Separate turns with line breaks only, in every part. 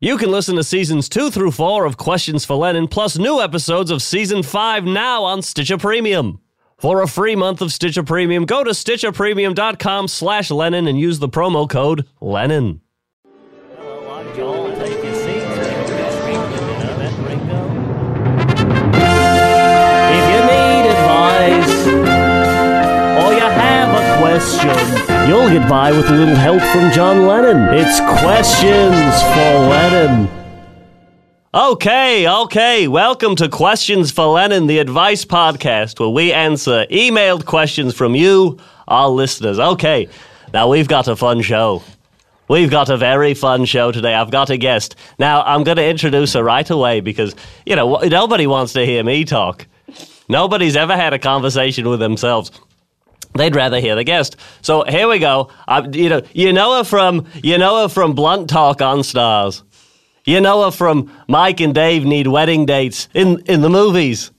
You can listen to seasons two through four of Questions for Lennon, plus new episodes of season five now on Stitcher Premium. For a free month of Stitcher Premium, go to stitcherpremium.com slash Lennon and use the promo code Lennon. If you need advice or you have a question, you'll get by with a little help from John Lennon. It's Questions for Lennon. Okay, okay. Welcome to Questions for Lennon, the advice podcast where we answer emailed questions from you, our listeners. Okay, now we've got a fun show. We've got a very fun show today. I've got a guest. Now, I'm going to introduce her right away because, you know, wh- nobody wants to hear me talk. Nobody's ever had a conversation with themselves. They'd rather hear the guest. So here we go. I, you know, you know her from you know her from Blunt Talk on Stars. You know her from Mike and Dave Need Wedding Dates in in the movies.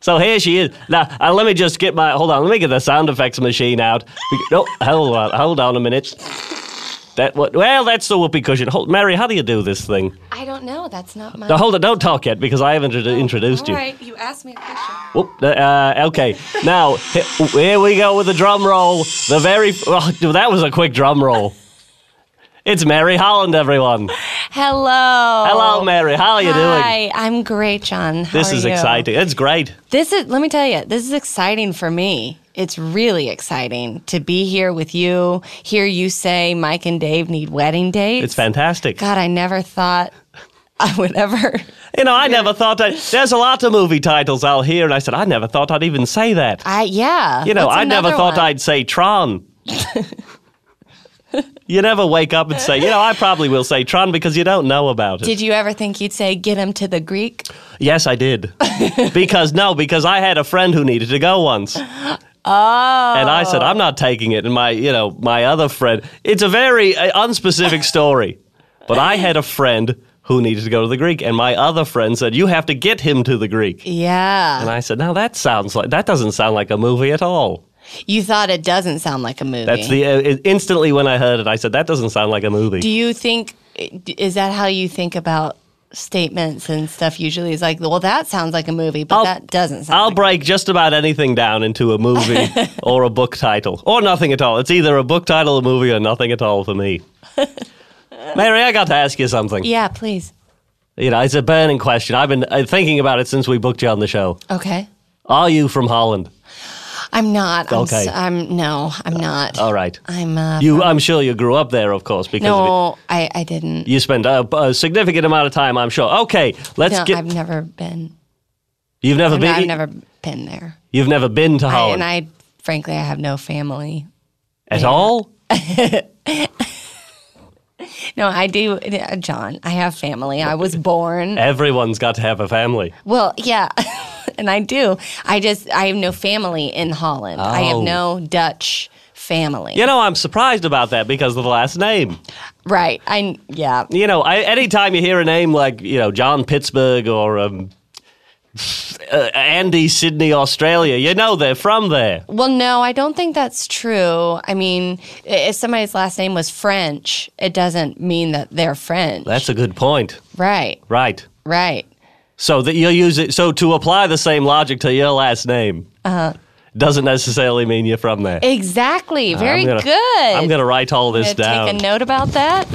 So here she is. Now, uh, let me just get my hold on. Let me get the sound effects machine out. Be- No, hold on, hold on a minute. That what? Well, that's the whoopee cushion. Hold, Mary, how do you do this thing?
I don't know. That's not my.
No, hold it. Don't talk yet because I haven't introdu- introduced you.
All right, you asked me a question.
Whoop, uh, okay, now he- here we go with the drum roll. The very oh, dude, that was a quick drum roll. It's Mary Holland, everyone.
Hello.
Hello, Mary. How are you doing?
Oh, Hi, I'm great, John. How
This
are
is
you?
exciting. It's great.
This is. Let me tell you, this is exciting for me. It's really exciting to be here with you. Hear you say Mike and Dave need wedding dates.
It's fantastic.
God, I never thought I would ever.
You know, I never thought I. There's a lot of movie titles I'll hear, and I said I never thought I'd even say that.
I yeah.
You know,
What's
I never
another
thought
one?
I'd say Tron. you never wake up and say, you know, I probably will say Tron because you don't know about it.
Did you ever think you'd say get him to the Greek?
Yes, I did. because no, because I had a friend who needed to go once. Oh. And I said, I'm not taking it. And my, you know, my other friend. It's a very uh, unspecific story. but I had a friend who needed to go to the Greek, and my other friend said, "You have to get him to the Greek."
Yeah.
And I said, "No, that sounds like that doesn't sound like a movie at all."
You thought it doesn't sound like a movie.
That's the uh, it- instantly when I heard it, I said, "That doesn't sound like a movie."
Do you think is that how you think about statements and stuff? Usually, is like, well, that sounds like a movie, but
I'll-
that doesn't sound.
I'll
like
break just about anything down into a movie or a book title or nothing at all. It's either a book title, a movie, or nothing at all for me. Mary, I got to ask you something.
Yeah, please.
You know, it's a burning question. I've been uh, thinking about it since we booked you on the show.
Okay,
Are you from Holland?
I'm not. I'm
Okay.
s- I'm no, I'm not.
All right.
I'm uh,
You, I'm sure you grew up there, of course, because of it.
no, I I didn't.
you spent a, a significant amount of time. I'm sure. Okay, let's
No,
get.
I've never been.
you've never
No,
been.
I've never been there,
You've never been to
I,
Holland
and I frankly I have no family.
at all.
No, I do, uh, John. I have family. I was born.
Everyone's got to have a family.
Well, yeah. and I do. I just I have no family in Holland. I have
Oh.
no Dutch family.
You know, I'm surprised about that because of the last name.
Right. I yeah.
you know, I, anytime you hear a name like, you know, John Pittsburgh or um, uh, Andy Sydney, Australia, you know they're from there.
Well, no, I don't think that's true. I mean, i- if somebody's last name was French, it doesn't mean that they're French.
That's a good point.
right.
Right.
Right.
So that you use it. So to apply the same logic to your last name
Uh-huh.
doesn't necessarily mean you're from there.
Exactly. Very
I'm gonna,
good.
I'm gonna write all this
Gonna
down.
take a note about that.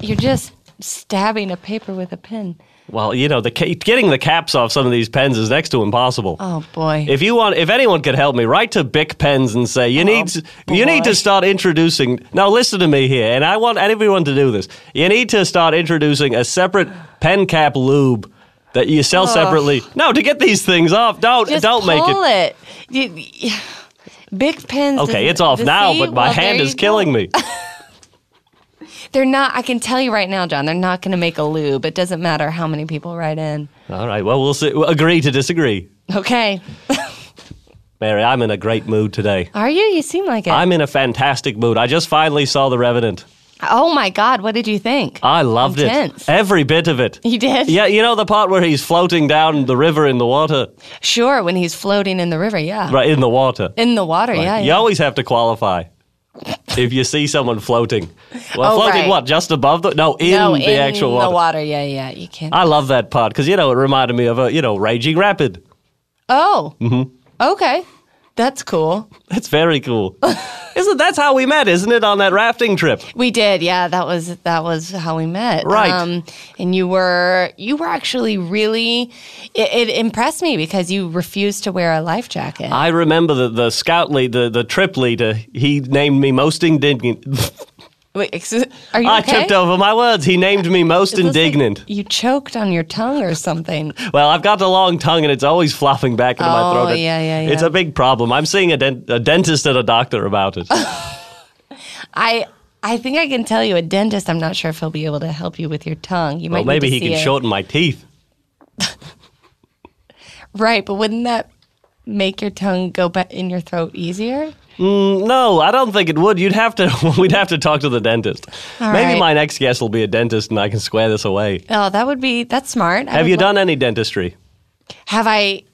You're just stabbing a paper with a pen.
well, you know, the ca- getting the caps off some of these pens is next to impossible.
Oh boy.
If you want, if anyone could help me, write to Bic Pens and say you need you need to
boy.
start introducing. Now listen to me here, and I want everyone to do this. You need to start introducing a separate pen cap lube that you sell separately. No, to get these things off. Don't
Just
don't make it.
pull it. You- you- big pins.
Okay,
doesn't-
it's off
the-
now,
see?
but my
Well,
hand
there
is
you
killing
go.
me.
They're not. I can tell you right now, John. They're not going to make a lube. It doesn't matter how many people write in.
All right, well we'll see. we'll agree to disagree.
Okay,
Mary, I'm in a great mood today.
are you? You seem like it.
I'm in a fantastic mood. I just finally saw The Revenant.
oh my God, what did you think?
I loved
Intense.
it. Every bit of it.
you did?
Yeah, you know the part where he's floating down the river in the water?
Sure. When he's floating in the river, yeah.
Right, in the water.
In the water, yeah.
You
yeah.
always have to qualify. if you see someone floating. Well,
Oh,
floating
right.
what? Just above the no, in
no,
the
in
actual
the
water.
water. Yeah, yeah. You can't.
I love that part because you know it reminded me of a you know raging rapid.
oh.
Mm-hmm.
Okay. That's cool.
That's very cool. isn't that's how we met, isn't it? On that rafting trip.
We did, yeah. That was that was how we met, Um,
Right.
and you were you were actually really it, it impressed me because you refused to wear a life jacket.
I remember that the scout lead, the, the trip leader, he named me most indignant.
Wait, excuse, are you
I
okay?
tripped over my words. He named me most
It looks like
indignant.
you choked on your tongue or something.
Well, I've got a long tongue and it's always flopping back into my
Oh,
throat. It-
yeah, yeah, yeah.
It's a big problem. I'm seeing a, dent- a dentist and a doctor about it.
I I think I can tell you, a dentist. I'm not sure if he'll be able to help you with your tongue. You might
well,
need
maybe
to
he
see
can
a-
shorten my teeth.
right, but wouldn't that make your tongue go back in your throat easier?
No, I don't think it would. You'd have to. We'd have to talk to the dentist.
All
maybe
right.
my next guest will be a dentist and I can square this away.
Oh, that would be that's smart. I
Have
would
you
lo-
done any dentistry?
Have I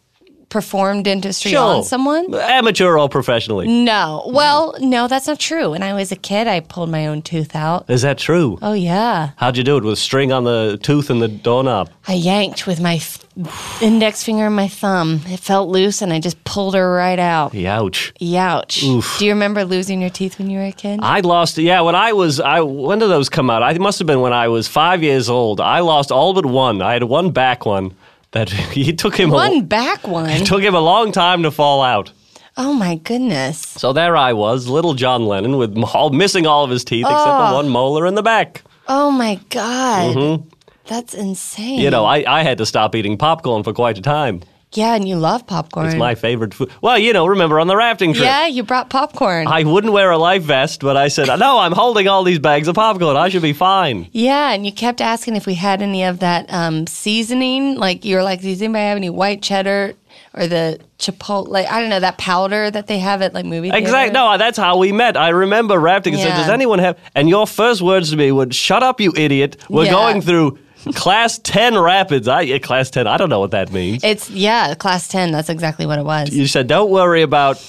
performed dentistry on someone?
amateur or professionally?
No. Well, no, that's not true. When I was a kid, I pulled my own tooth out.
Is that true?
Oh, yeah.
How'd you do it with string on the tooth and the doorknob?
I yanked with my f- index finger and my thumb. It felt loose and I just pulled her right out.
Youch.
Youch. Do you remember losing your teeth when you were a kid?
I lost. Yeah, when I was, I when did those come out? I it must have been when I was five years old. I lost all but one. I had one back one that he took him
one
A,
back one.
it took him a long time to fall out.
Oh, my goodness.
So there I was, little John Lennon, with m- all, missing all of his teeth except
Ah.
for one molar in the back.
Oh, my God. That's insane.
Mm-hmm. You know, I, I had to stop eating popcorn for quite a time.
yeah, and you love popcorn.
It's my favorite food. Well, you know, remember on the rafting trip.
yeah, you brought popcorn.
I wouldn't wear a life vest, but I said, no, I'm holding all these bags of popcorn. I should be fine.
Yeah, and you kept asking if we had any of that um, seasoning. Like you were like, "Does anybody have any white cheddar or the chipotle? I don't know that powder that they have at like movie theaters."
Exactly. No, that's how we met. I remember rafting and said,
Yeah.
Does anyone have. And your first words to me were, Shut up, you idiot. We're
Yeah.
going through class 10 rapids. I, yeah, class 10, I don't know what that means.
It's yeah, class ten. That's exactly what it was.
You said, Don't worry about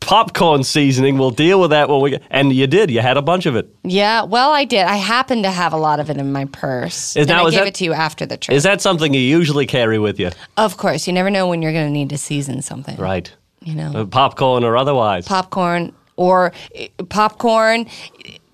popcorn seasoning. We'll deal with that when we. get-" And you did. You had a bunch of it.
yeah. Well, I did. I happened to have a lot of it in my purse,
Is-
and
now,
I
is
gave
that-
it to you after the trip.
Is that something you usually carry with you?
of course, you never know when you're going to need to season something.
Right.
You know,
Uh, popcorn or otherwise.
popcorn or eh, popcorn,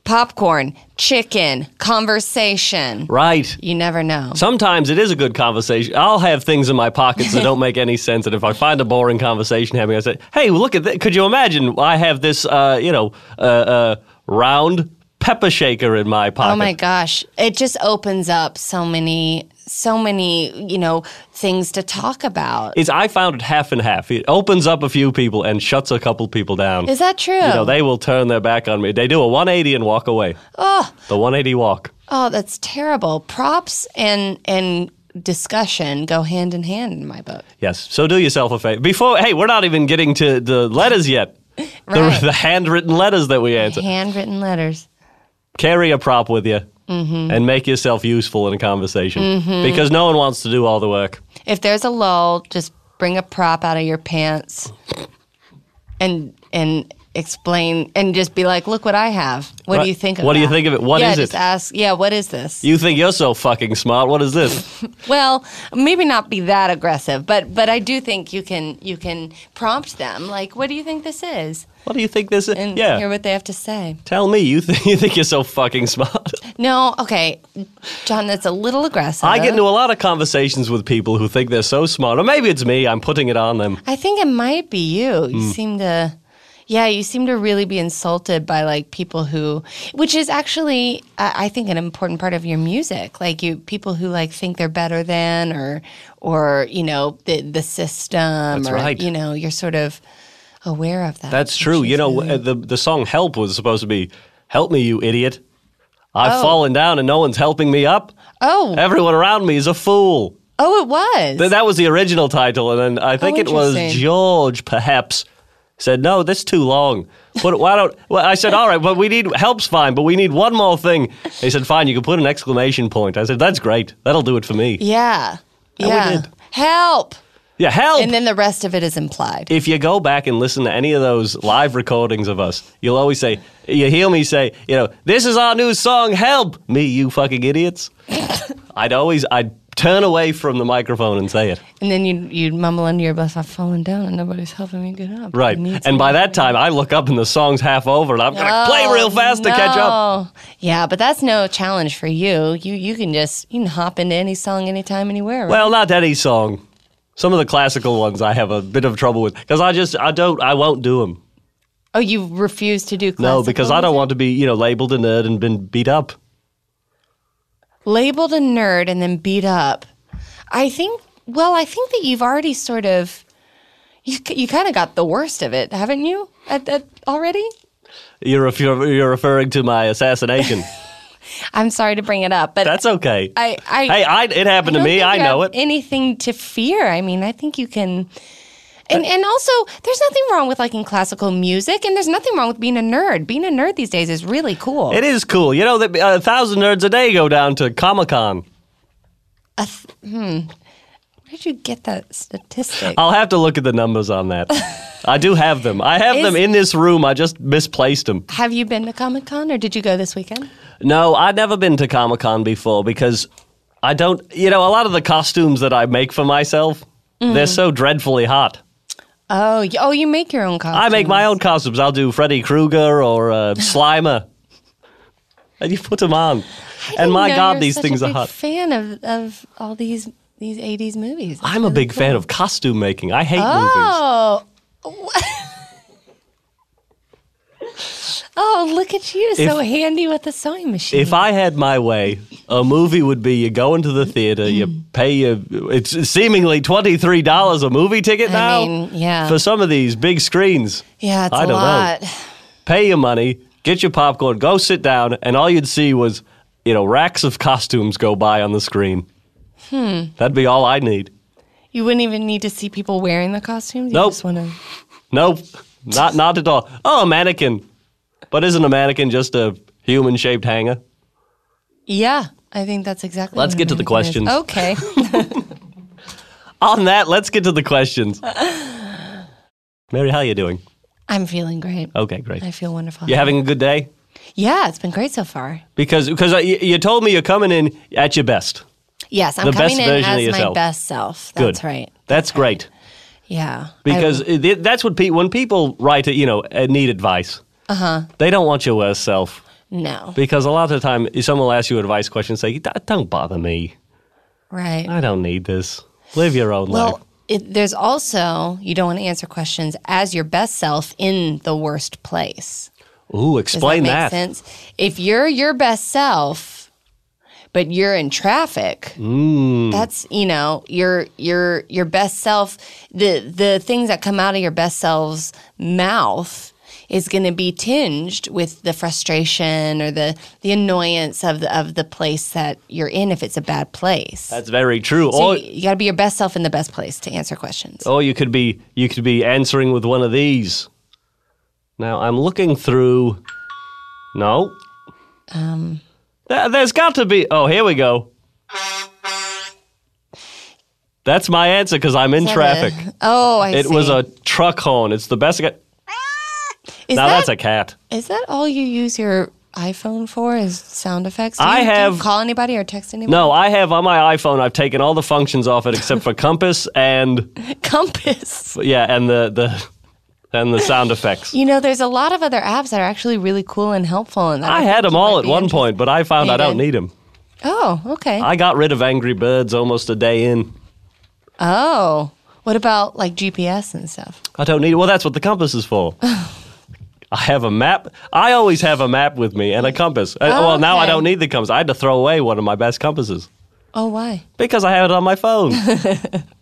popcorn, chicken, conversation.
right.
You never know.
Sometimes it is a good conversation. I'll have things in my pockets that don't make any sense, and if I find a boring conversation happening, I say, "Hey, look at that! Could you imagine? I have this, uh, you know, uh, uh, round pepper shaker in my pocket."
Oh my gosh. It just opens up so many so many, you know, things to talk about.
It's I found it half and half. It opens up a few people and shuts a couple people down.
Is that true?
you know, they will turn their back on me. They do a 180 and walk away. Oh, the 180 walk.
oh, that's terrible. Props and and discussion go hand in hand in my book.
Yes. So do yourself a favor. Before, hey, we're not even getting to the letters yet.
Right.
The, the handwritten letters that we answer.
Handwritten letters.
carry a prop with you
Mm-hmm.
and make yourself useful in a conversation because no one wants to do all the work.
If there's a lull, just bring a prop out of your pants and and explain and just be like, "Look what I have. What
Right.
do you think of
What do you
that?"
think of it? What
yeah,
is it?
just ask, "Yeah, what is this?"
You think you're so fucking smart. What is this?
Well, maybe not be that aggressive, but but I do think you can you can prompt them. Like, what do you think this is?
What do you think this is?
And
yeah.
hear what they have to say.
Tell me, you, th- you think you're so fucking smart?
No, okay, John, that's a little aggressive.
I get into a lot of conversations with people who think they're so smart. Or maybe it's me, I'm putting it on them.
I think it might be you. You
Hmm.
seem to, yeah, you seem to really be insulted by like people who, which is actually, I, I think, an important part of your music. Like you, people who like think they're better than, or, or you know, the the system,
That's
or
right.
you know, you're sort of aware of that.
That's
which
true. You
is
know,
really-
uh, the, the song Help was supposed to be Help me, you idiot. I've
Oh.
fallen down and no one's helping me up.
Oh,
Everyone around me is a fool.
Oh, it was.
Th- that was the original title, and then I think it was
Oh, interesting.
George, perhaps, said, "No, that's too long." But why don't? Well, I said, "All right, but we need help's fine, but we need one more thing." He said, "Fine, you can put an exclamation point." I said, "That's great. That'll do it for me."
yeah.
we
yeah.
did.
Help.
Yeah, help!
and then the rest of it is implied.
if you go back and listen to any of those live recordings of us, you'll always say, you hear me say, you know, this is our new song, help me, you fucking idiots. I'd always, I'd turn away from the microphone and say it.
And then you'd, you'd mumble under your breath, I've fallen down and nobody's helping me get up.
Right.
It needs
And
me."
by that time, I look up and the song's half over and I'm going to
Oh,
play real fast to catch up.
no. Yeah, but that's no challenge for you. You you can just you can hop into any song anytime anywhere. right?
Well, not any song. Some of the classical ones I have a bit of trouble with because I just, I don't, I won't do them.
oh, you refuse to do classical
No, because I don't want to be, you know, labeled a nerd and been beat up.
labeled a nerd and then beat up. I think. Well, I think that you've already sort of you you kind of got the worst of it, haven't you? At, at already.
You're, ref- you're referring to my assassination.
I'm sorry to bring it up, but
That's okay.
I- I-
hey, I, it happened to
don't
me.
think
I
you
know
have
it.
Anything to fear? I mean, I think you can. And and also, there's nothing wrong with liking classical music, and there's nothing wrong with being a nerd. Being a nerd these days is really cool.
It is cool. You know that uh, a thousand nerds a day go down to Comic Con.
A th- hmm. Where did you get that statistic?
I'll have to look at the numbers on that. I do have them. I have
Is-
them in this room. I just misplaced them.
have you been to Comic Con, or did you go this weekend?
No, I'd never been to Comic Con before because I don't. You know, a lot of the costumes that I make for myself, they're
Mm.
so dreadfully hot.
Oh, y- oh, you make your own costume.
I make my own costumes. I'll do Freddy Krueger or uh, Slimer, and you put them on. And my God, these things are hot.
Fan of of all these these '80s movies.
I'm a big fan of costume making. I hate movies.
Oh. oh, look at you. so handy with the sewing machine.
If I had my way, a movie would be you go into the theater,
Mm.
you pay your it's seemingly twenty three dollars a movie ticket
I
now.
mean, yeah.
For some of these big screens,
yeah, it's a
I don't know.
lot.
pay your money, get your popcorn, go sit down, and all you'd see was you know racks of costumes go by on the screen. Hmm. That'd be all I need.
You wouldn't even need to see people wearing the costumes. You
Nope.
just wanna...
Nope, not not at all. Oh, a mannequin, but isn't a mannequin just a human shaped hanger?
Yeah, I think that's exactly
Let's
what a
get to the
mannequin is. Okay.
On that, let's get to the questions. Mary, how you doing?
I'm feeling great.
Okay, great.
I feel wonderful.
Oh. You having a good day?
Yeah, it's been great so far.
Because because uh, you, you told me you're coming in at your best.
Yes, I'm
The best
coming in
version of
as my
yourself.
best self.
Good.
That's right.
That's great.
Yeah. I-
Because it- it- that's what pe- when people write it, you know, uh, need advice. Uh
Uh-huh.
huh. They don't want your worst self
no.
because a lot of the time if someone will ask you advice questions. Say, "D- don't bother me.
Right.
I don't need this. Live your own life.
Well, it, there's also you don't want to answer questions as your best self in the worst place.
Ooh,
Does
explain
that make sense? If you're your best self, but you're in traffic,
Mm.
that's you know your your your best self. The the things that come out of your best self's mouth is going to be tinged with the frustration or the the annoyance of the of the place that you're in if it's a bad place.
That's very true.
So
or
you, got to be your best self in the best place to answer questions.
Or you could be you could be answering with one of these. Now I'm looking through. No. Um.
Um.
there's got to be. Oh, here we go. That's my answer because I'm in traffic.
Oh, I
it
see.
was a truck horn. It's the best. I got.
Is
Now
that,
that's a cat.
is that all you use your iPhone for? Is sound effects? Do
I
you, do you
have-
call anybody or text anybody.
No, I have on my iPhone. I've taken all the functions off it except for compass and
compass.
yeah, and the the and the sound effects.
You know, there's a lot of other apps that are actually really cool and helpful. And that
I
think
had them
you
all
might
at
be
one
interested-
point, but I found
You
I don't
did.
need them.
Oh, okay.
I got rid of Angry Birds almost a day in.
oh, what about like GPS and stuff?
I don't need. Well, that's what the compass is for. I have a map. I always have a map with me and a compass. Uh,
Oh,
well, now I
okay.
don't need the compass. I had to throw away one of my best compasses
Oh, why?
because I have it on my phone.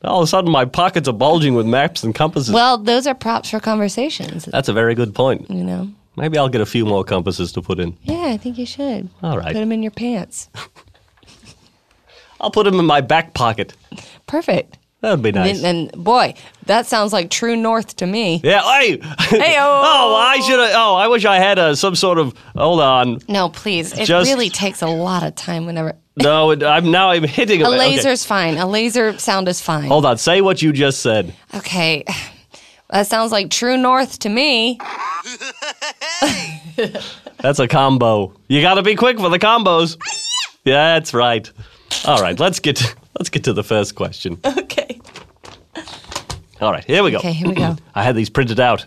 All of a sudden, my pockets are bulging with maps and compasses.
Well, those are props for conversations.
that's a very good point.
You know.
Maybe I'll get a few more compasses to put in.
Yeah, I think you should.
All right.
Put them in your pants.
I'll put them in my back pocket.
Perfect.
That'd be nice.
And, and boy, that sounds like true north to me.
yeah. Hey.
Hey-o.
oh, I should. have Oh, I wish I had uh, some sort of. Hold on.
No, please. It
Just-
really takes a lot of time whenever
No, it, I'm now I'm hitting
A
it. Okay.
laser's fine. A laser sound is fine.
Hold on. Say what you just said.
Okay. That sounds like true north to me.
That's a combo. You got to be quick for the combos. Yeah, that's right. All right, let's get let's get to the first question.
Okay.
All right, here we go.
Okay, here we go.
I had these printed out.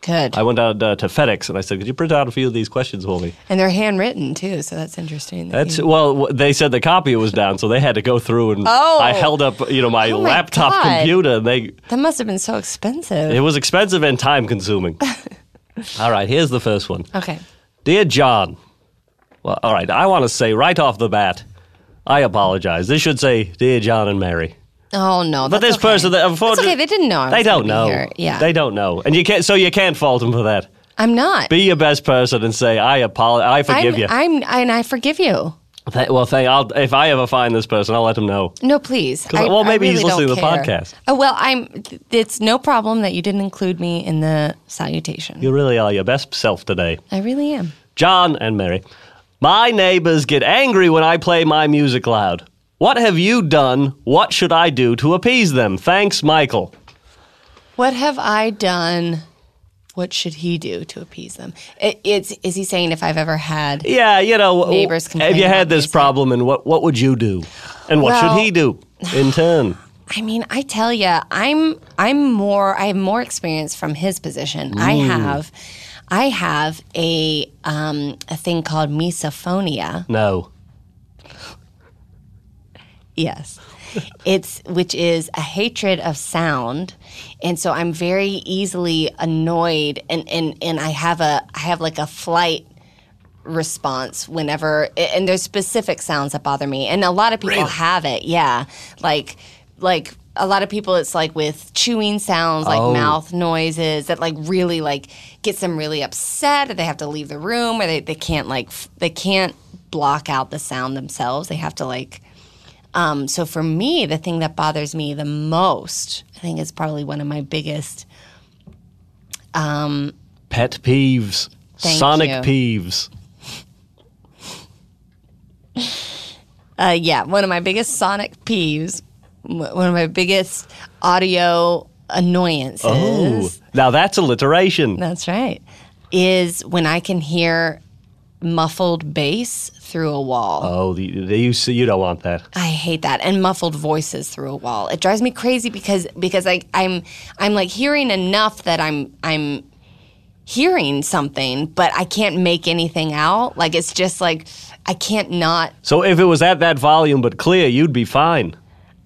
Good.
I went out uh, to FedEx and I said, "Could you print out a few of these questions for me?"
and they're handwritten too, so that's interesting. that
That's
you-
well, w- they said the copier was down, so they had to go through and
Oh.
I held up, you know, my,
Oh my
laptop
God.
computer and they
that must have been so expensive.
it was expensive and time consuming. All right, here's the first one.
okay.
Dear John, well, all right, I want to say right off the bat, I apologize. This should say, Dear John and Mary.
Oh no.
But this person, that
That's
unfortunately,
okay. They didn't know. I was
they
gonna
don't
be
know.
here. Yeah.
they don't know, and you can't. So you can't fault them for that.
I'm not.
Be your best person and say, "I apologize. I
I'm,
forgive you."
I'm and I forgive you.
Th- well, thank. I'll, if I ever find this person, I'll let them know.
No, please. I,
well,
I
maybe he's
really
listening
don't
to the
care.
podcast.
Oh, well, I'm. th- It's no problem that you didn't include me in the salutation.
You really are your best self today,
I really am.
John and Mary. My neighbors get angry when I play my music loud. What have you done? What should I do to appease them? Thanks, Michael.
What have I done? What should he do to appease them? It, it's is he saying if I've ever had?
Yeah, you know, w-
Neighbors
Have
complain
you had
about
this
music.
problem, and what what would you do, and what
Well-
should he do in turn?
I mean, I tell you, I'm I'm more I have more experience from his position. I have, I have a um, a thing called misophonia.
No.
Yes. It's which is a hatred of sound. And so I'm very easily annoyed and and and I have a I have like a flight response whenever and there's specific sounds that bother me. And a lot of people have it. Yeah. Like like a lot of people it's like with chewing sounds like
Oh.
mouth noises that like really like gets them really upset or they have to leave the room or they, they can't like f- they can't block out the sound themselves they have to like um, so for me, the thing that bothers me the most, I think, is probably one of my biggest.
Pet peeves.
Thank
Sonic peeves.
Uh, yeah, one of my biggest sonic peeves, w- one of my biggest audio annoyances.
Ooh. Now that's alliteration.
That's right. Is when I can hear muffled bass through a wall.
Oh, the, the, you see, you don't want that.
I hate that and muffled voices through a wall. It drives me crazy because because I I'm I'm like hearing enough that I'm I'm hearing something, but I can't make anything out. Like it's just like I can't not.
So if it was at that volume but clear, you'd be fine.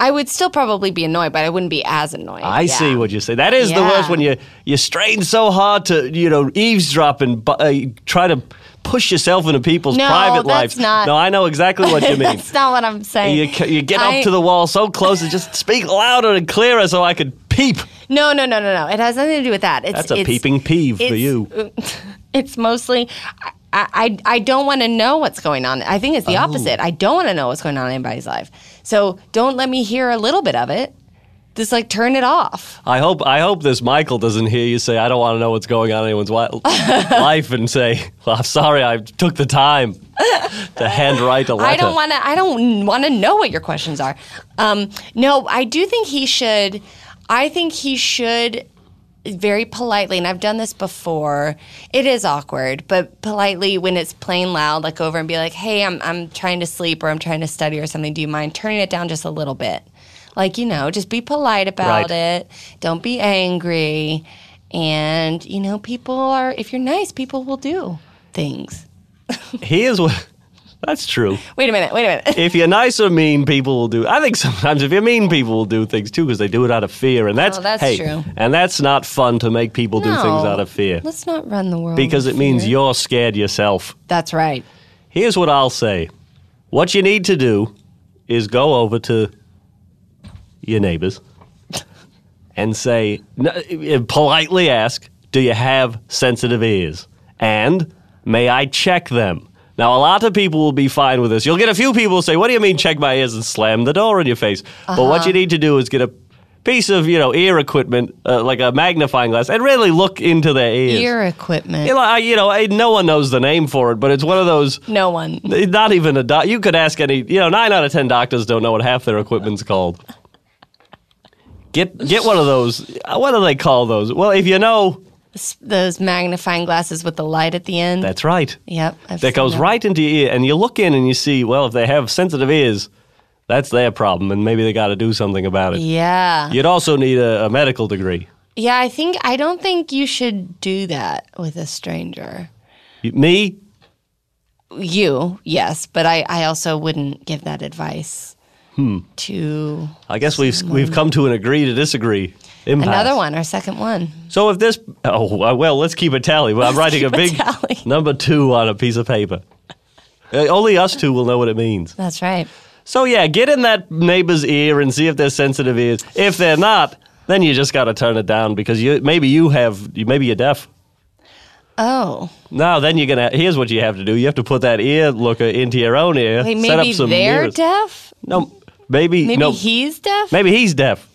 I would still probably be annoyed, but I wouldn't be as annoyed.
I
Yeah.
see what you say. That is the
Yeah.
worst when you you strain so hard to you know eavesdrop and bu- uh, try to push yourself into people's
No,
private
that's
lives.
not-
No, I know exactly what you mean.
That's not what I'm saying.
You, ca- you get up
I-
to the wall so close and just speak louder and clearer so I could peep.
No, no, no, no, no. It has nothing to do with that. It's,
That's a
it's-
peeping peeve for
it's-
you.
It's mostly. I, I, I don't want to know what's going on. I think it's
Oh.
the opposite. I don't want to know what's going on in anybody's life. So don't let me hear a little bit of it. Just like turn it off.
I hope I hope this Michael doesn't hear you say I don't want to know what's going on in anyone's wi- life and say well, I'm sorry I took the time to handwrite a letter.
I don't want to. I don't want to know what your questions are. Um, no, I do think he should. I think he should very politely, and I've done this before. It is awkward, but politely when it's plain loud, like over and be like, "Hey, I'm I'm trying to sleep or I'm trying to study or something. Do you mind turning it down just a little bit?" Like you know, just be polite about
Right.
it. Don't be angry. And you know, people are. If you're nice, people will do things.
Here's what that's true.
Wait a minute. Wait a minute.
If you're nice or mean, people will do. I think sometimes if you're mean, people will do things too because they do it out of fear, and that's
Oh, that's
hey,
true.
and that's not fun to make people do things
No.
out of fear
Let's not run the world
because
with
it means
fear.
you're scared yourself.
That's right.
Here's what I'll say. What you need to do is go over to your neighbors and say, n- uh, politely ask, do you have sensitive ears? And may I check them? Now, a lot of people will be fine with this. You'll get a few people who say, what do you mean check my ears and slam the door in your face? But what you need to do is get a piece of you know ear equipment uh, like a magnifying glass and really look into their ears.
Ear equipment.
You know, I, you know I, no one knows the name for it, but it's one of those.
no one.
Not even a doc. You could ask any. You know, nine out of ten doctors don't know what half their equipment's called. Get get one of those. uh, What do they call those? Well, if you know,
S- Those magnifying glasses with the light at the end.
that's right.
yep. I've
That
seen
goes right into your ear, and you look in and you see. Well, if they have sensitive ears, that's their problem, and maybe they got to do something about it.
Yeah.
You'd also need a, a medical degree.
Yeah, I think I don't think you should do that with a stranger.
You- Me,
You, yes, but I, I also wouldn't give that advice
Hmm.
to
I guess we've we've come to an agree to disagree. Impasse.
another one or second one.
So if this, oh uh, well, let's keep a tally. Well, I'm writing a
keep a
big
tally.
number two on a piece of paper. Uh, Only us two will know what it means.
That's right.
So yeah, get in that neighbor's ear and see if they're sensitive ears. If they're not, then you just got to turn it down because you maybe you have you- maybe you're deaf.
Oh,
No, then you're gonna. Here's what you have to do. You have to put that ear looker into your own ear.
wait,
set
maybe
up some
they're
mirrors.
deaf?
No, maybe,
Maybe
no.
he's deaf?
Maybe he's deaf.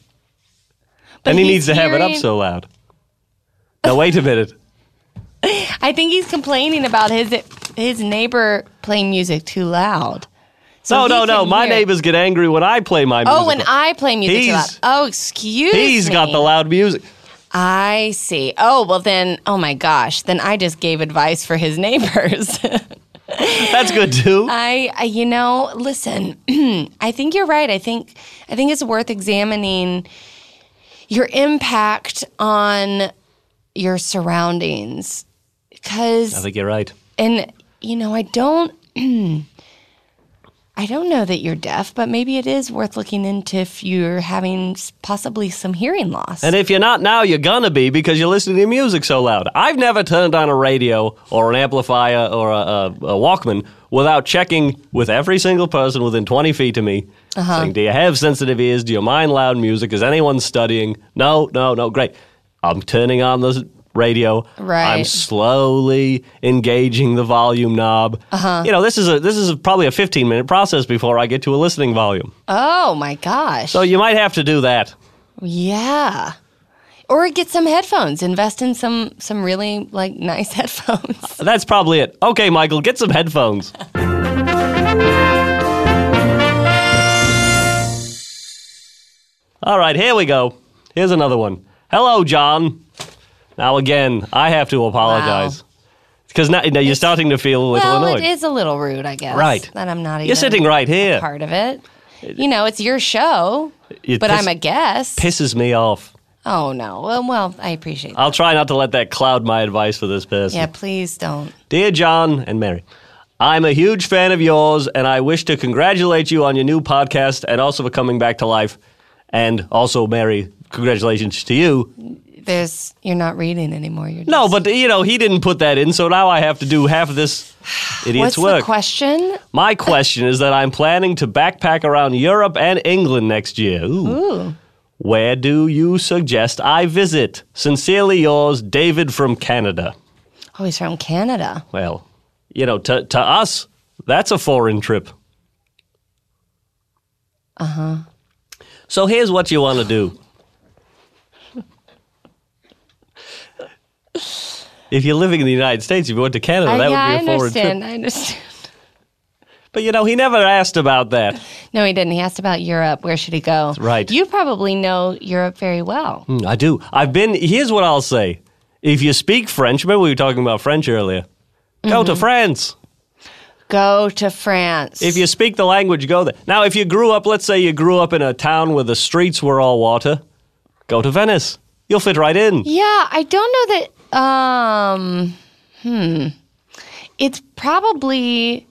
and he
he's
needs to have it up
hearing-
so loud. Now, wait a minute.
I think he's complaining about his his neighbor playing music too loud.
No,
So
no,
he
no.
can
My
hear-
neighbors get angry when I play my music.
Oh, when I play music too loud.
He's-
Oh, excuse
He's
me.
got the loud music.
I see. Oh, well then, oh my gosh, then I just gave advice for his neighbors.
That's good too.
I, I you know, listen, I think you're right. I think I think it's worth examining your impact on your surroundings
I
cuz
think you're right.
and you know, I don't I don't know that you're deaf, but maybe it is worth looking into if you're having s- possibly some hearing loss.
And if you're not now, you're gonna be because you're listening to music so loud. I've never turned on a radio or an amplifier or a, a, a Walkman without checking with every single person within 20 feet of me, saying, "Do you have sensitive ears? Do you mind loud music? Is anyone studying? No, no, no. Great. I'm turning on the radio. I'm
Right.
slowly engaging the volume knob. Uh-huh. You know, this is a this is a, probably a 15 minute process before I get to a listening volume.
oh my gosh.
So you might have to do that.
Yeah. Or get some headphones. Invest in some some really like nice headphones.
That's probably it. Okay, Michael, get some headphones. All right, here we go. Here's another one. Hello, John. Now, again, I have to apologize. Because now, now you're starting to feel a little
well,
annoyed.
it is a little rude, I guess.
Right.
That I'm not even
You're sitting right here.
part of it. You know, it's your show,
It
but
piss- Uh,
I'm a guest.
pisses me off.
oh no. Well, well, I appreciate that.
I'll try not to let that cloud my advice for this person.
Yeah, please don't.
Dear John and Mary, I'm a huge fan of yours, and I wish to congratulate you on your new podcast and also for coming back to life. And also, Mary, congratulations to you.
There's you're not reading anymore. You're
No, but you know, he didn't put that in, so now I have to do half of this idiot's
What's
work.
the question?
My question is that I'm planning to backpack around Europe and England next year. Ooh.
Ooh.
Where do you suggest I visit? Sincerely yours, David from Canada.
Oh, he's from Canada.
Well, you know, to, to us, that's a foreign trip. Uh huh.
Uh-huh.
So here's what you want to do. if you're living in the United States, if you went to Canada,
I-
that
yeah,
would be a
I
foreign
understand.
trip.
I understand.
But you know, he never asked about that.
No, he didn't. He asked about Europe. Where should he go?
right.
You probably know Europe very well.
Hmm, I do. I've been. Here's what I'll say. If you speak French, remember we were talking about French earlier. Go
Mm-hmm.
to France.
Go to France.
If you speak the language, go there. Now, if you grew up, let's say you grew up in a town where the streets were all water, go to Venice. You'll fit right in.
yeah, I don't know that. Um, hmm. It's probably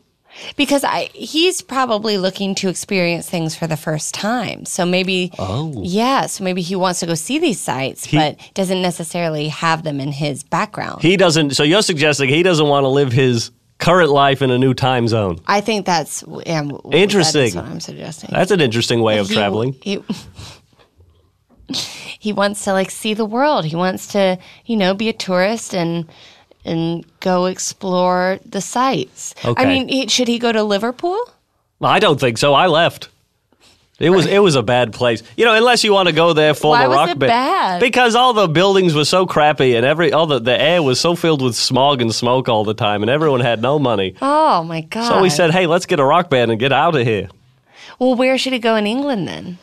because I he's probably looking to experience things for the first time. So maybe. Oh. Yeah. So maybe he wants to go see these sites, but doesn't necessarily have them in his background.
He doesn't. So you're suggesting he doesn't want to live his current life in a new time zone.
I think that's um, That is
Interesting.
what I'm suggesting.
That's an interesting way of
he-
traveling.
He, he wants to like see the world. He wants to, you know, be a tourist and and go explore the sites.
Okay.
I mean, he, should he go to Liverpool?
I don't think so. I left. It was it was a bad place. You know, unless you want to go there for
Why
the
was
rock
it
band.
bad?
Because all the buildings were so crappy and every all the, the air was so filled with smog and smoke all the time and everyone had no money.
Oh my god.
So we said, "Hey, let's get a rock band and get out of here."
Well, where should it go in England then?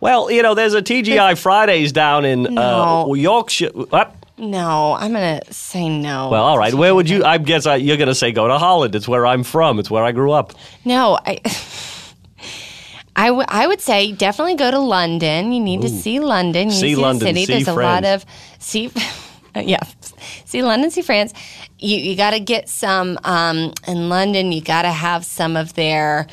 Well, you know, there's a TGI Fridays down in
No.
uh, Yorkshire. What?
No, I'm gonna say no.
Well, all right. Where would you? I guess I, you're going to say go to Holland. It's where I'm from. It's where I grew up.
No, I. I, w- I would say definitely go to London. You need to see London. You need
See
to the
London,
City.
see
There's a lot
France.
of see, yeah, see London, see France. You you got to get some um, in London. You got to have some of their,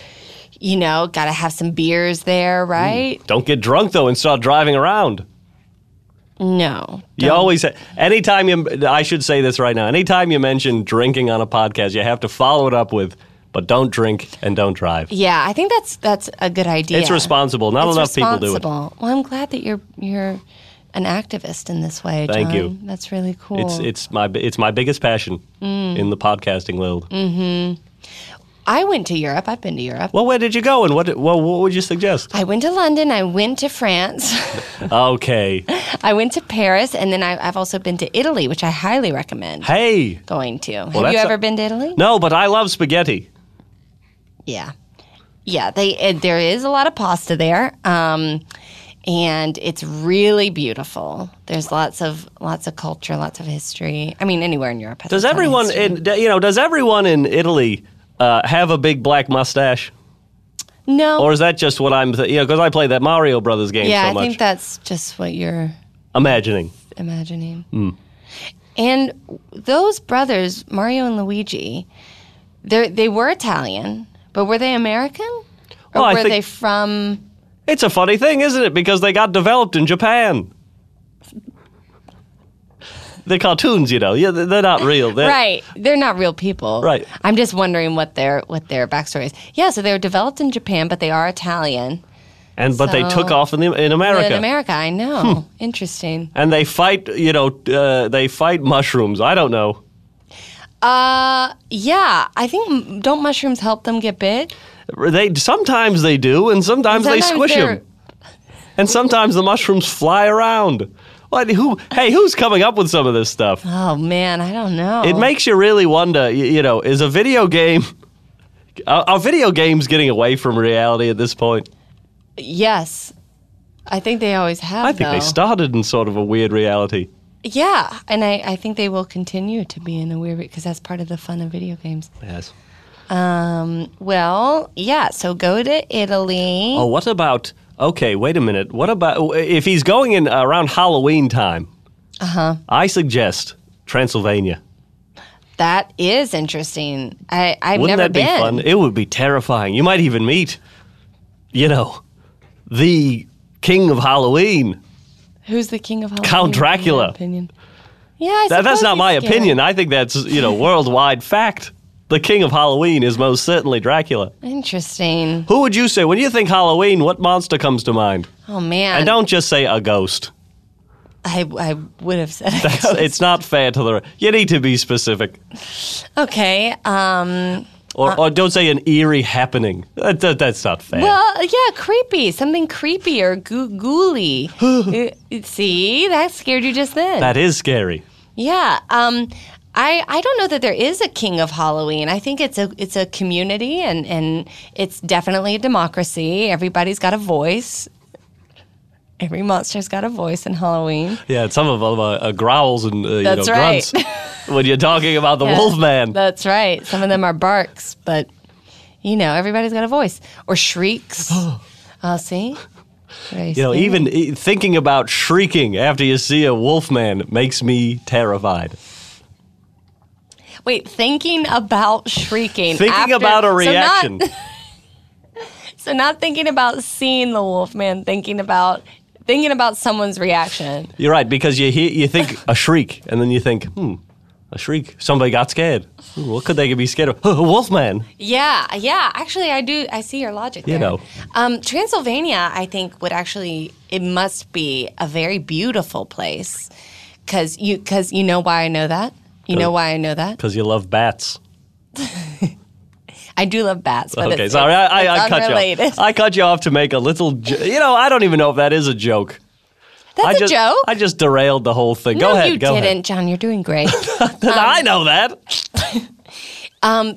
you know, got to have some beers there, right?
Don't get drunk though and start driving around.
No,
You always, anytime you, I should say this right now. Anytime you mention drinking on a podcast, you have to follow it up with, but don't drink and don't drive.
yeah, I think that's that's a good idea.
It's responsible. Not
It's
enough people do it.
responsible. Well, I'm glad that you're you're an activist in this way.
Thank
John.
you.
That's really cool.
It's it's my it's my biggest passion
Mm.
in the podcasting world.
I went to Europe. I've been to Europe.
Well, where did you go and what well, what would you suggest?
I went to London. I went to France.
Okay.
I went to Paris, and then I, I've also been to Italy, which I highly recommend
Hey.
going to. Have
that's
you
a-
ever been to Italy?
No, but I love spaghetti.
Yeah, yeah. They uh, there is a lot of pasta there, um, and it's really beautiful. There's lots of lots of culture, lots of history. I mean, anywhere in Europe. has
Does
a ton of
everyone
history.
in you know? Does everyone in Italy uh, have a big black mustache,
no?
or is that just what I'm? Th- you know, because I play that Mario Brothers game
yeah,
so
I
much.
think that's just what you're
Imagining.
imagining.
Hmm.
And those brothers, Mario and Luigi, they they were Italian, but were they American? Or
Well, I
were
think-
they from
It's a funny thing, isn't it? Because they got developed in Japan. They're cartoons, you know. Yeah, they're they're not real. They're,
Right. They're not real people.
Right.
I'm just wondering what their what their backstory is. Yeah, so they were developed in Japan, but they are Italian.
And but they
So-
took off in the, in America. Hmm.
In America, I know. Interesting.
and they fight, you know, uh, they fight mushrooms. I don't know.
Uh yeah, I think m- don't mushrooms help them get big?
They sometimes they do, and sometimes, they
Sometimes
squish
they're-
them, and sometimes the mushrooms fly around. What? Who? Hey, who's coming up with some of this stuff?
Oh man, I don't know.
It makes you really wonder. y- You, know, is a video game? Are, are video games getting away from reality at this point?
Yes. I think they always have
I think they
though.
started in sort of a weird reality.
Yeah, and I, I think they will continue to be in a weird because that's part of the fun of video games.
Yes.
Well, yeah, so go to Italy.
Oh, what about? Okay, wait a minute. What about if he's going in around Halloween time? Uh huh. I suggest Transylvania.
That is interesting. I, I've
Wouldn't
never
that
been.
be fun? It would be terrifying. You might even meet, you know, the king of Halloween.
Who's the king of Halloween?
Count
in your
Dracula.
Opinion. Yeah, I
That, that's
suppose
not
he's
my
scary.
opinion. I think that's, you know, worldwide fact. The king of Halloween is most certainly Dracula.
Interesting.
Who would you say when you think Halloween, what monster comes to mind?
Oh man,
And don't just say a ghost.
I I would have said.
That's, It's not fair to the. You need to be specific.
okay. Um.
Or, or don't say an eerie happening. That, that- that's not fair.
Well, yeah, creepy. Something creepy or goo- ghouly. Uh, See, that scared you just then.
that is scary.
Yeah. Um, I, I don't know that there is a king of Halloween. I think it's a it's a community and, and it's definitely a democracy. Everybody's got a voice. Every monster's got a voice in Halloween.
Yeah, and some of them are, are growls and uh, you know,
That's right.
grunts when you're talking about the
Yeah,
wolf man.
That's right. Some of them are barks, but you know, everybody's got a voice. Or shrieks. Oh, see? Very
You know,
scary.
even e- thinking about shrieking after you see a wolf man makes me terrified.
Wait, thinking about shrieking.
Thinking
after-
about a
so not-
reaction.
So not thinking about seeing the Wolfman, thinking about thinking about someone's reaction.
you're right because you hear, you think a shriek and then you think, hmm, a shriek. Somebody got scared. Ooh, what could they be scared of? a wolf man.
Yeah, yeah. Actually, I do. I see your logic.
You
there.
know.
um, Transylvania, I think would actually it must be a very beautiful place because you because you know why I know that. You know why I know that.
Because you love bats.
I do love bats. But
Okay,
it's,
sorry,
it's-
I, I, I
it's
cut you.
unrelated.
Off. I cut you off to make a little. Jo- you know, I don't even know if that is a joke.
That's
I just,
a joke.
I just derailed the whole thing.
no,
go ahead.
you
go
didn't, John. You're doing great.
ahead.
Um,
I know that.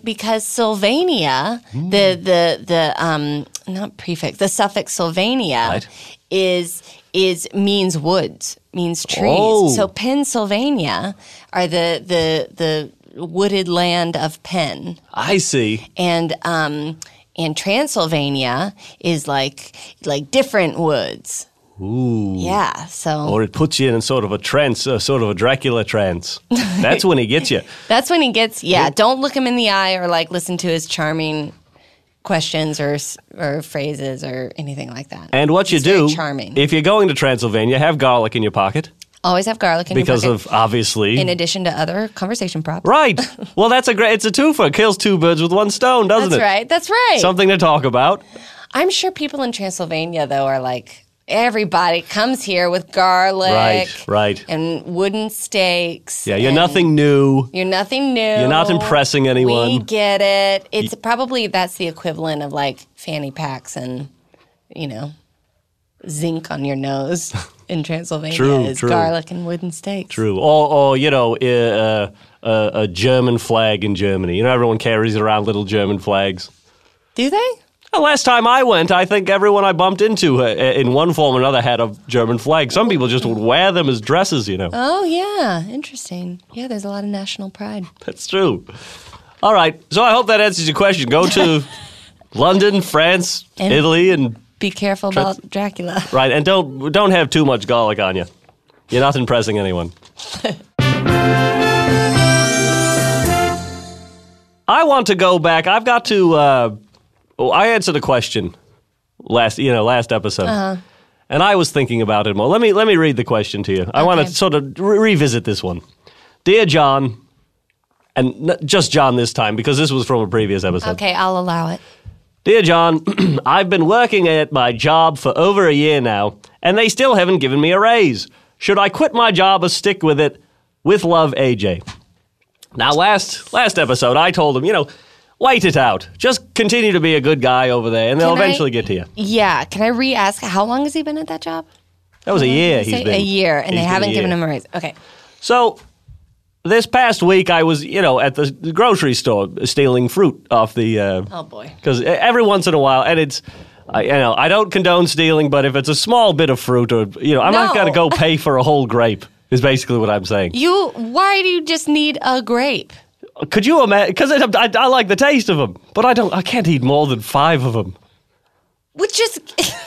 because Sylvania,
Hmm.
the the the um not prefix, the suffix Sylvania
Right.
is is means woods, means trees.
Oh.
So Pennsylvania are the the the wooded land of Penn.
I see.
And um and Transylvania is like like different woods. Ooh. Yeah. So
Or it puts you in sort of a trance, uh, sort of a Dracula trance. That's when he gets you.
that's when he gets yeah, don't look him in the eye or like listen to his charming questions or s- or phrases or anything like that.
And what you
He's very
do,
charming.
if you're going to Transylvania, have garlic in your pocket
Always have garlic in
because
your
of
pocket,
obviously.
in addition to other conversation props.
right. Well, that's a great. It's a twofer. Kills two birds with one stone, doesn't
That's
it?
right. That's right.
Something to talk about.
I'm sure people in Transylvania though are like everybody comes here with garlic,
Right, right.
and wooden stakes.
Yeah, you're
and
nothing new.
You're nothing new.
You're not impressing
We
anyone.
get it. It's probably that's the equivalent of like fanny packs and you know zinc on your nose in Transylvania
True,
is
true.
garlic and wooden steaks.
True. Or, or you know, uh, uh, a German flag in Germany. You know, everyone carries around little German flags.
Do they?
Uh, Last time I went, I think everyone I bumped into uh, in one form or another had a German flag. Some people just would wear them as dresses, you know.
Oh yeah, interesting. Yeah, there's a lot of national pride.
That's true. All right. So I hope that answers your question. Go to London, France,
And-
Italy, and
Be careful about Dracula.
right, and don't don't have too much garlic on you. You're not impressing anyone. I want to go back. I've got to. Uh, oh, I answered a question last, you know, last episode, and I was thinking about it more. Let me let me read the question to you. I want to
Okay.
sort of re- revisit this one, dear John, and n- just John this time because this was from a previous episode.
Okay, I'll allow it.
Dear John, I've been working at my job for over a year now, and they still haven't given me a raise. Should I quit my job or stick with it? With love, AJ. Now, last last episode, I told him, you know, wait it out. Just continue to be a good guy over there, and they'll
Can I-
eventually get to you.
Yeah, can I re-ask how long has he been at that job?
That was a year.
Did he
He's
say?
been
a year, and
he's
they
been
haven't
a
given
year.
him a raise. Okay,
So this past week, I was, you know, at the grocery store stealing fruit off the. Uh,
Oh, boy.
Because every once in a while, and it's, I, you know, I don't condone stealing, but if it's a small bit of fruit, or you know, I'm not going to
No.
go pay for a whole grape. Is basically what I'm saying.
you. Why do you just need a grape?
Could you imagine? Because I, I, I like the taste of them, but I don't. I can't eat more than five of them.
Which is,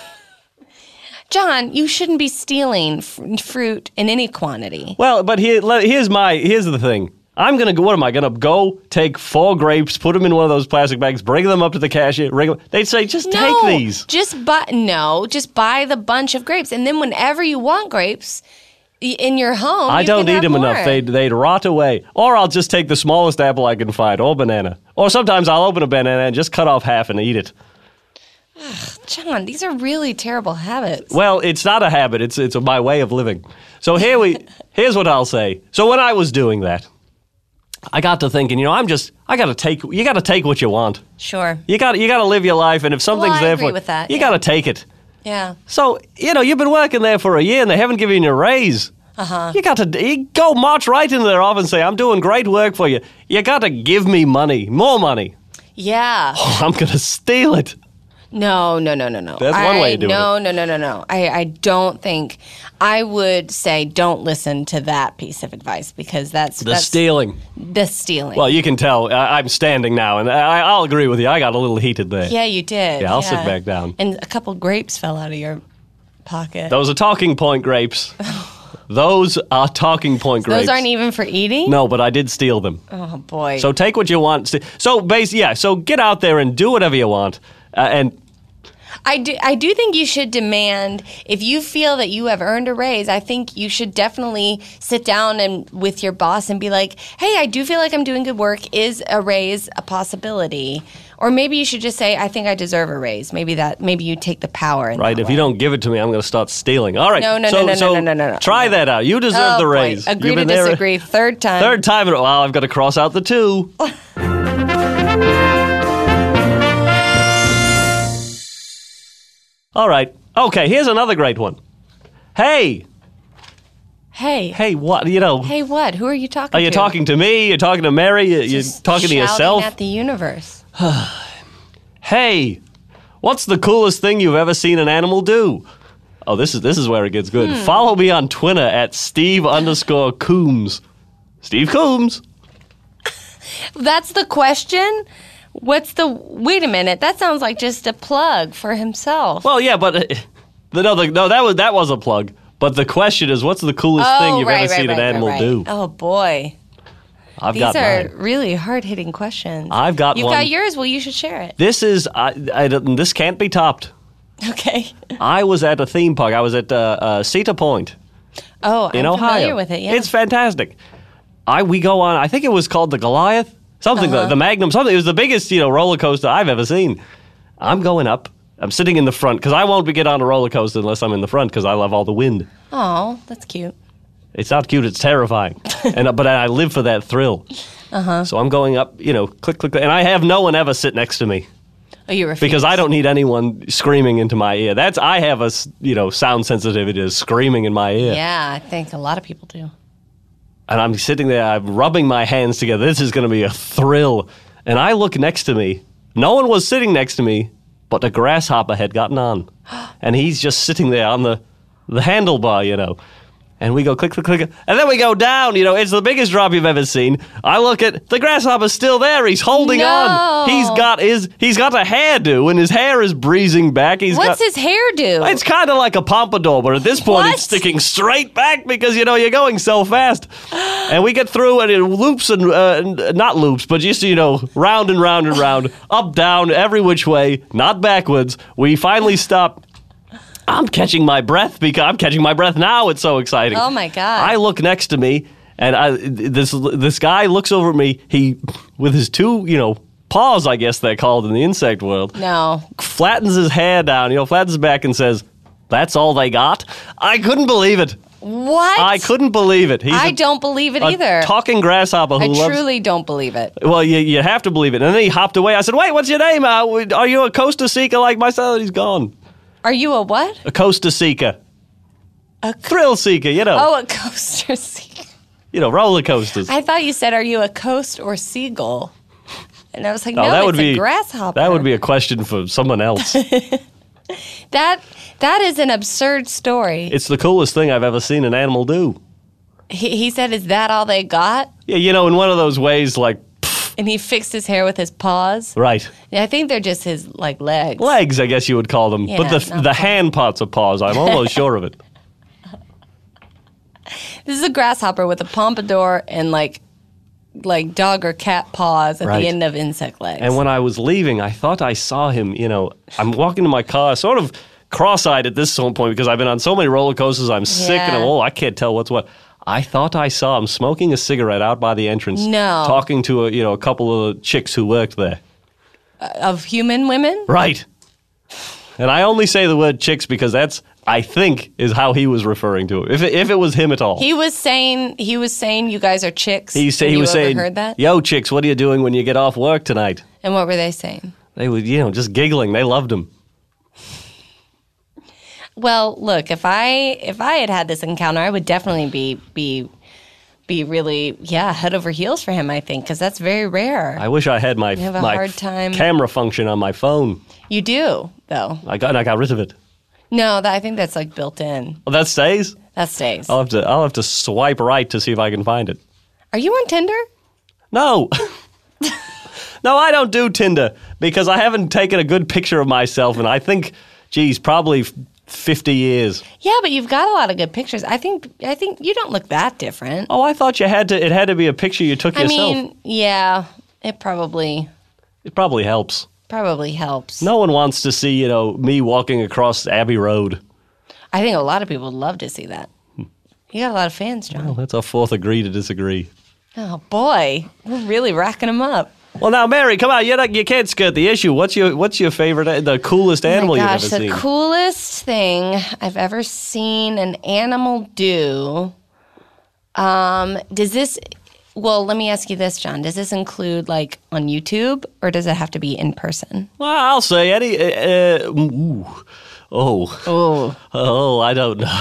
John, you shouldn't be stealing fr- fruit in any quantity.
Well, but here, le- here's my here's the thing. I'm gonna go. What am I gonna go? Take four grapes, put them in one of those plastic bags, bring them up to the cashier. Ring, they'd say, just
no,
take these.
Just buy no, just buy the bunch of grapes, and then whenever you want grapes y- in your home,
I
you
don't
can
eat
have
them
more.
enough. They'd, they'd rot away. Or I'll just take the smallest apple I can find, or banana. Or sometimes I'll open a banana and just cut off half and eat it.
John, these are really terrible habits.
Well, it's not a habit. It's it's my way of living. So here we here's what I'll say. So when I was doing that, I got to thinking. You know, I'm just I got to take. You got to take what you want.
Sure.
You got you got to live your life, and if something's
Well, I
there
agree
for
with that,
you,
yeah.
got to take it.
Yeah.
So you know you've been working there for a year, and they haven't given you a raise. Uh-huh. You got to you go march right into their office and say, "I'm doing great work for you." You got to give me money, more money.
Yeah.
I'm gonna steal it.
No, no, no, no, no.
That's one way
I-
of doing
no, No, no, no, no, I, I don't think I would say don't listen to that piece of advice because that's
The
that's
stealing.
the stealing.
Well, you can tell I, I'm standing now, and I, I'll agree with you. I got a little heated there.
yeah, you did.
Yeah, I'll sit back down.
And a couple grapes fell out of your pocket.
Those are talking point grapes. Those are talking point grapes.
Those aren't e- even for eating.
No, but I did steal them.
Oh boy.
So take what you want. So base, yeah. So get out there and do whatever you want. Uh, and
I do, I do think you should demand if you feel that you have earned a raise. I think you should definitely sit down and with your boss and be like, "Hey, I do feel like I'm doing good work. Is a raise a possibility?" Or maybe you should just say, "I think I deserve a raise." Maybe that maybe you take the power. In
right,
that
if you
way.
don't give it to me, I'm going to start stealing. All right.
No, no,
so,
no, no,
so
no, no, no, no, no.
Try that out. You deserve
Oh,
the
boy.
raise.
Agree
You've
to
been there-
disagree. Third time.
Third time. in a- Wow, I've got to cross out the two. All right. Okay, here's another great one. Hey,
Hey. Hey,
hey, what? You know,
what? Who are you talking
are
to?
you talking to me? You're talking to Mary? You- You're
Just
talking to
shouting
yourself?
at the universe.
hey, what's the coolest thing you've ever seen an animal do? Oh, this is this is where it gets
Hmm.
good. Follow me on Twitter at Steve underscore Coombs. Steve Coombs.
That's the question? What's the Wait a minute. That sounds like just a plug for himself.
Well, yeah, but uh, the, no, the, no, that was that was a plug. But the question is, what's the coolest thing you've ever seen an animal do?
Oh boy.
I've
These
got
are
mine.
really hard-hitting questions.
I've got
You've
one.
got yours. Well, you should share it.
This is I, I don't- this can't be topped.
Okay.
I was at a theme park. I was at uh, uh, Cedar Point
Oh,
in
I'm
Ohio.
familiar with it. Yeah.
It's fantastic. I we go on. I think it was called the Goliath, something
Uh-huh.
the, the Magnum, something. It was the biggest you know roller coaster I've ever seen. I'm going up. I'm sitting in the front because I won't be get on a roller coaster unless I'm in the front because I love all the wind.
oh, that's cute.
It's not cute. It's terrifying. and uh, but I live for that thrill. Uh-huh. So I'm going up. You know, click, click, click, and I have no one ever sit next to me
Oh, you refuse.
because I don't need anyone screaming into my ear. That's I have a s- you know sound sensitivity to screaming in my ear.
Yeah, I think a lot of people do.
And I'm sitting there, I'm rubbing my hands together. This is going to be a thrill. And I look next to me. No one was sitting next to me, but the grasshopper had gotten on, and he's just sitting there on the the handlebar, you know. And we go click, click, click, and then we go down. You know, it's the biggest drop you've ever seen. I look at the grasshopper's still there. He's holding on.
No.
He's got his he's got a hairdo, and his hair is breezing back. He's got,
What's his hairdo?
it's kind of like a pompadour, but at this point,
What?
it's sticking straight back because you know you're going so fast. And we get through, and it loops and uh, and- not loops, but just you know, round and round and round, up down, every which way, not backwards. We finally stop. I'm catching my breath because I'm catching my breath now. It's so exciting.
Oh, my God.
I look next to me, and I, this this guy looks over at me. He with his two you know paws, I guess they're called in the insect world
no.
flattens his hair down, you know, flattens his back and says, That's all they got? I couldn't believe it.
What?
I couldn't believe it. He's
I
a-
don't believe it
a
either.
talking grasshopper who
I
loves.
truly don't believe it.
well, you, you have to believe it. And then he hopped away. I said, Wait, what's your name? Uh, are you a Costa Seeker like myself? And he's gone.
Are you a what?
A Costa Seeker. A thrill seeker, you know.
Oh, a coaster seagull.
You know, roller coasters.
I thought you said, "Are you a coast or seagull?" And I was like, "No,
Oh, that
it's
would
a
be
grasshopper."
That would be a question for someone else.
that. That is an absurd story.
it's the coolest thing I've ever seen an animal do.
He, he said, "Is that all they got?"
Yeah, you know, in one of those ways, like,
And he fixed his hair with his paws.
right.
Yeah, I think they're just his like legs.
legs, I guess you would call them, but
Yeah,
the
not
the hand parts are paws. I'm almost sure of it.
This is a grasshopper with a pompadour and like like dog or cat paws at
Right.
the end of insect legs.
And when I was leaving, I thought I saw him. You know, I'm walking to my car, sort of cross-eyed at this point because I've been on so many roller coasters. I'm sick and I'm
Yeah.
oh, I can't tell what's what. I thought I saw him smoking a cigarette out by the entrance,
No.
talking to a you know a couple of chicks who worked there.
of human women?
Right. And I only say the word chicks because that's I think is how he was referring to it. If it, if it was him at all.
He was saying he was saying you guys are chicks.
he say
and
he
you
was saying,
overheard that?
"Yo, chicks, what are you doing when you get off work tonight?"
And what were they saying?
They were, you know, just giggling. They loved him.
Well, look, if I if I had had this encounter, I would definitely be be be really yeah head over heels for him. I think because that's very rare.
I wish I had my
have a
my
hard time-
camera function on my phone.
you do though.
I got I got rid of it.
No, that, I think that's like built in.
Oh, that stays.
That stays.
I'll have to I'll have to swipe right to see if I can find it.
Are you on Tinder?
No. no, I don't do Tinder because I haven't taken a good picture of myself, and I think, geez, probably. f- 50 years.
Yeah, but you've got a lot of good pictures. I think I think you don't look that different.
Oh, I thought you had to it had to be a picture you took
I
yourself.
mean, yeah, it probably
it probably helps.
probably helps.
No one wants to see, you know, me walking across Abbey Road.
I think a lot of people would love to see that.
Hmm.
You got a lot of fans, John.
Well, that's our fourth agree to disagree.
Oh boy, we're really racking them up.
Well, now, Mary, come on. You're not, you can't skirt the issue. What's your What's your favorite, the coolest animal
Oh my
you've
gosh,
ever
the
seen?
coolest thing I've ever seen an animal do. Um, does this? Well, let me ask you this, John. Does this include like on YouTube, or does it have to be in person?
well, I'll say any. Uh, uh, ooh. Oh,
Oh,
oh, I don't know.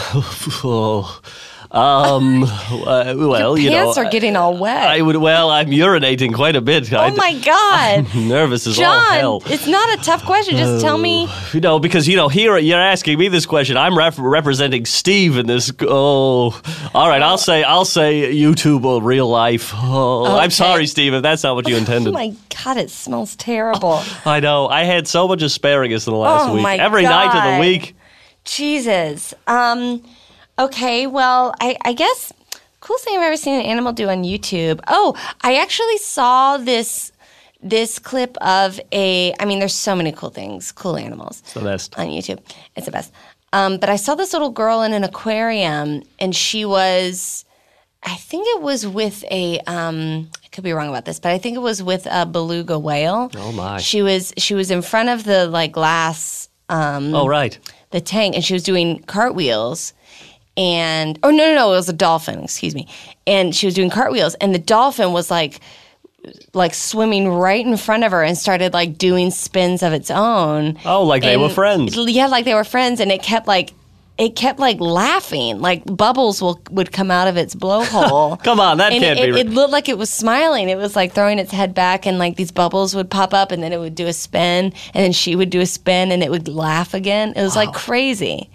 oh. Um, uh, well, you know,
pants are getting all wet.
I would. Well, I'm urinating quite a bit.
oh my god,
nervous as all
John!
hell.
It's not a tough question. Just tell me.
You know, because you know, here you're asking me this question. I'm ref- representing Steve in this. Oh, all right. I'll say. I'll say YouTube or real life. Oh, I'm
Okay.
sorry, Steve, if that's not what you
Oh
intended.
my god, it smells terrible.
I know. I had so much asparagus in the last
Oh
week.
my
Every night of the
God.
week.
Jesus. Um, okay, well, I, I guess coolest thing I've ever seen an animal do on YouTube. Oh, I actually saw this this clip of a. I mean, there's so many cool things, cool animals
The best.
on YouTube. It's the best. Um, but I saw this little girl in an aquarium, and she was, I think it was with a. Um, I could be wrong about this, but I think it was with a beluga whale.
Oh, my.
She was she was in front of the like glass Mm.
Oh right.
the tank and she was doing cartwheels and oh no no no it was a dolphin excuse me and she was doing cartwheels and the dolphin was like like swimming right in front of her and started like doing spins of its own
Oh, like they were
And-
friends.
yeah like they were friends and it kept like it kept like laughing like bubbles will would come out of its blowhole
Come on, that
and
can't
it,
be.
it looked like it was smiling. It was like throwing its head back, and like these bubbles would pop up, and then it would do a spin, and then she would do a spin, and it would laugh again. It was like crazy.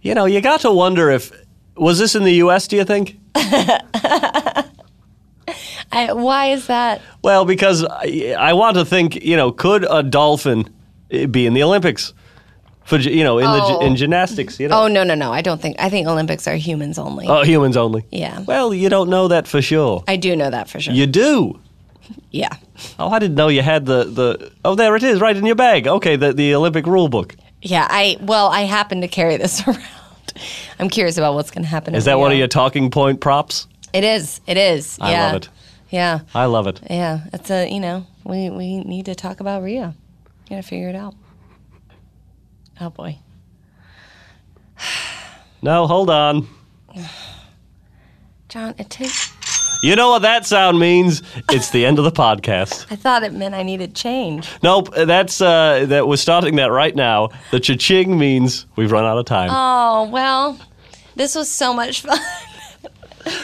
you know, you got to wonder if was this in the U.S. Do you think?
I, why is that?
Well, because I, I want to think, you know, could a dolphin eh, be in the Olympics? For gy- you know, in the
Oh.
gy- in gymnastics, you know.
Oh no, no, no! I don't think. I think Olympics are humans only.
Oh, humans only.
Yeah.
Well, you don't know that for sure.
I do know that for sure.
You do.
yeah.
Oh, I didn't know you had the, the Oh, there it is, right in your bag. Okay, the the Olympic rule book.
Yeah. I well, I happen to carry this around. I'm curious about what's going to happen.
Is
in
that one of
Rio.
your talking point props?
It is. It is.
I
yeah.
love it.
Yeah.
I love it.
Yeah. It's a. You know, we we need to talk about Rio. You gotta figure it out. Oh boy.
No, hold on.
John, it takes.
You know what that sound means? It's the end of the podcast.
I thought it meant I needed change.
Nope, that's uh that we're starting that right now. The cha-ching means we've run out of time.
Oh well, this was so much fun.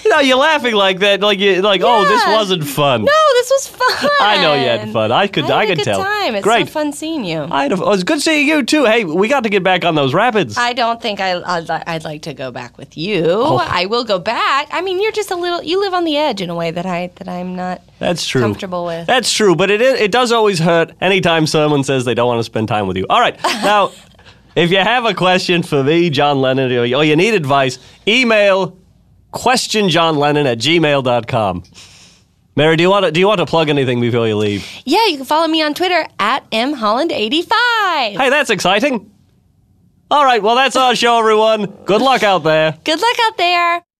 No, you're laughing like that, like you like. Oh, this
Yeah.
wasn't fun.
No, this was fun.
I know you had fun. I could,
I, had
I,
a
could
good
tell.
Time. It's
Great.
so fun seeing you.
I had a, oh, it's good seeing you too. Hey, we got to get back on those rapids.
I don't think I, I'd, li- I'd like to go back with you.
Oh.
I will go back. I mean, you're just a little. You live on the edge in a way that I that I'm not.
That's true.
comfortable with.
That's true, but it is, it does always hurt anytime someone says they don't want to spend time with you. All right, now, if you have a question for me, John Lennon, or you or you need advice, email questionjohnlennon at gmail.com. Mary, do you want to, do you want to plug anything before you leave?
Yeah, you can follow me on Twitter at mholland85.
Hey, that's exciting. All right, well, that's our show, everyone. Good luck out there.
Good luck out there.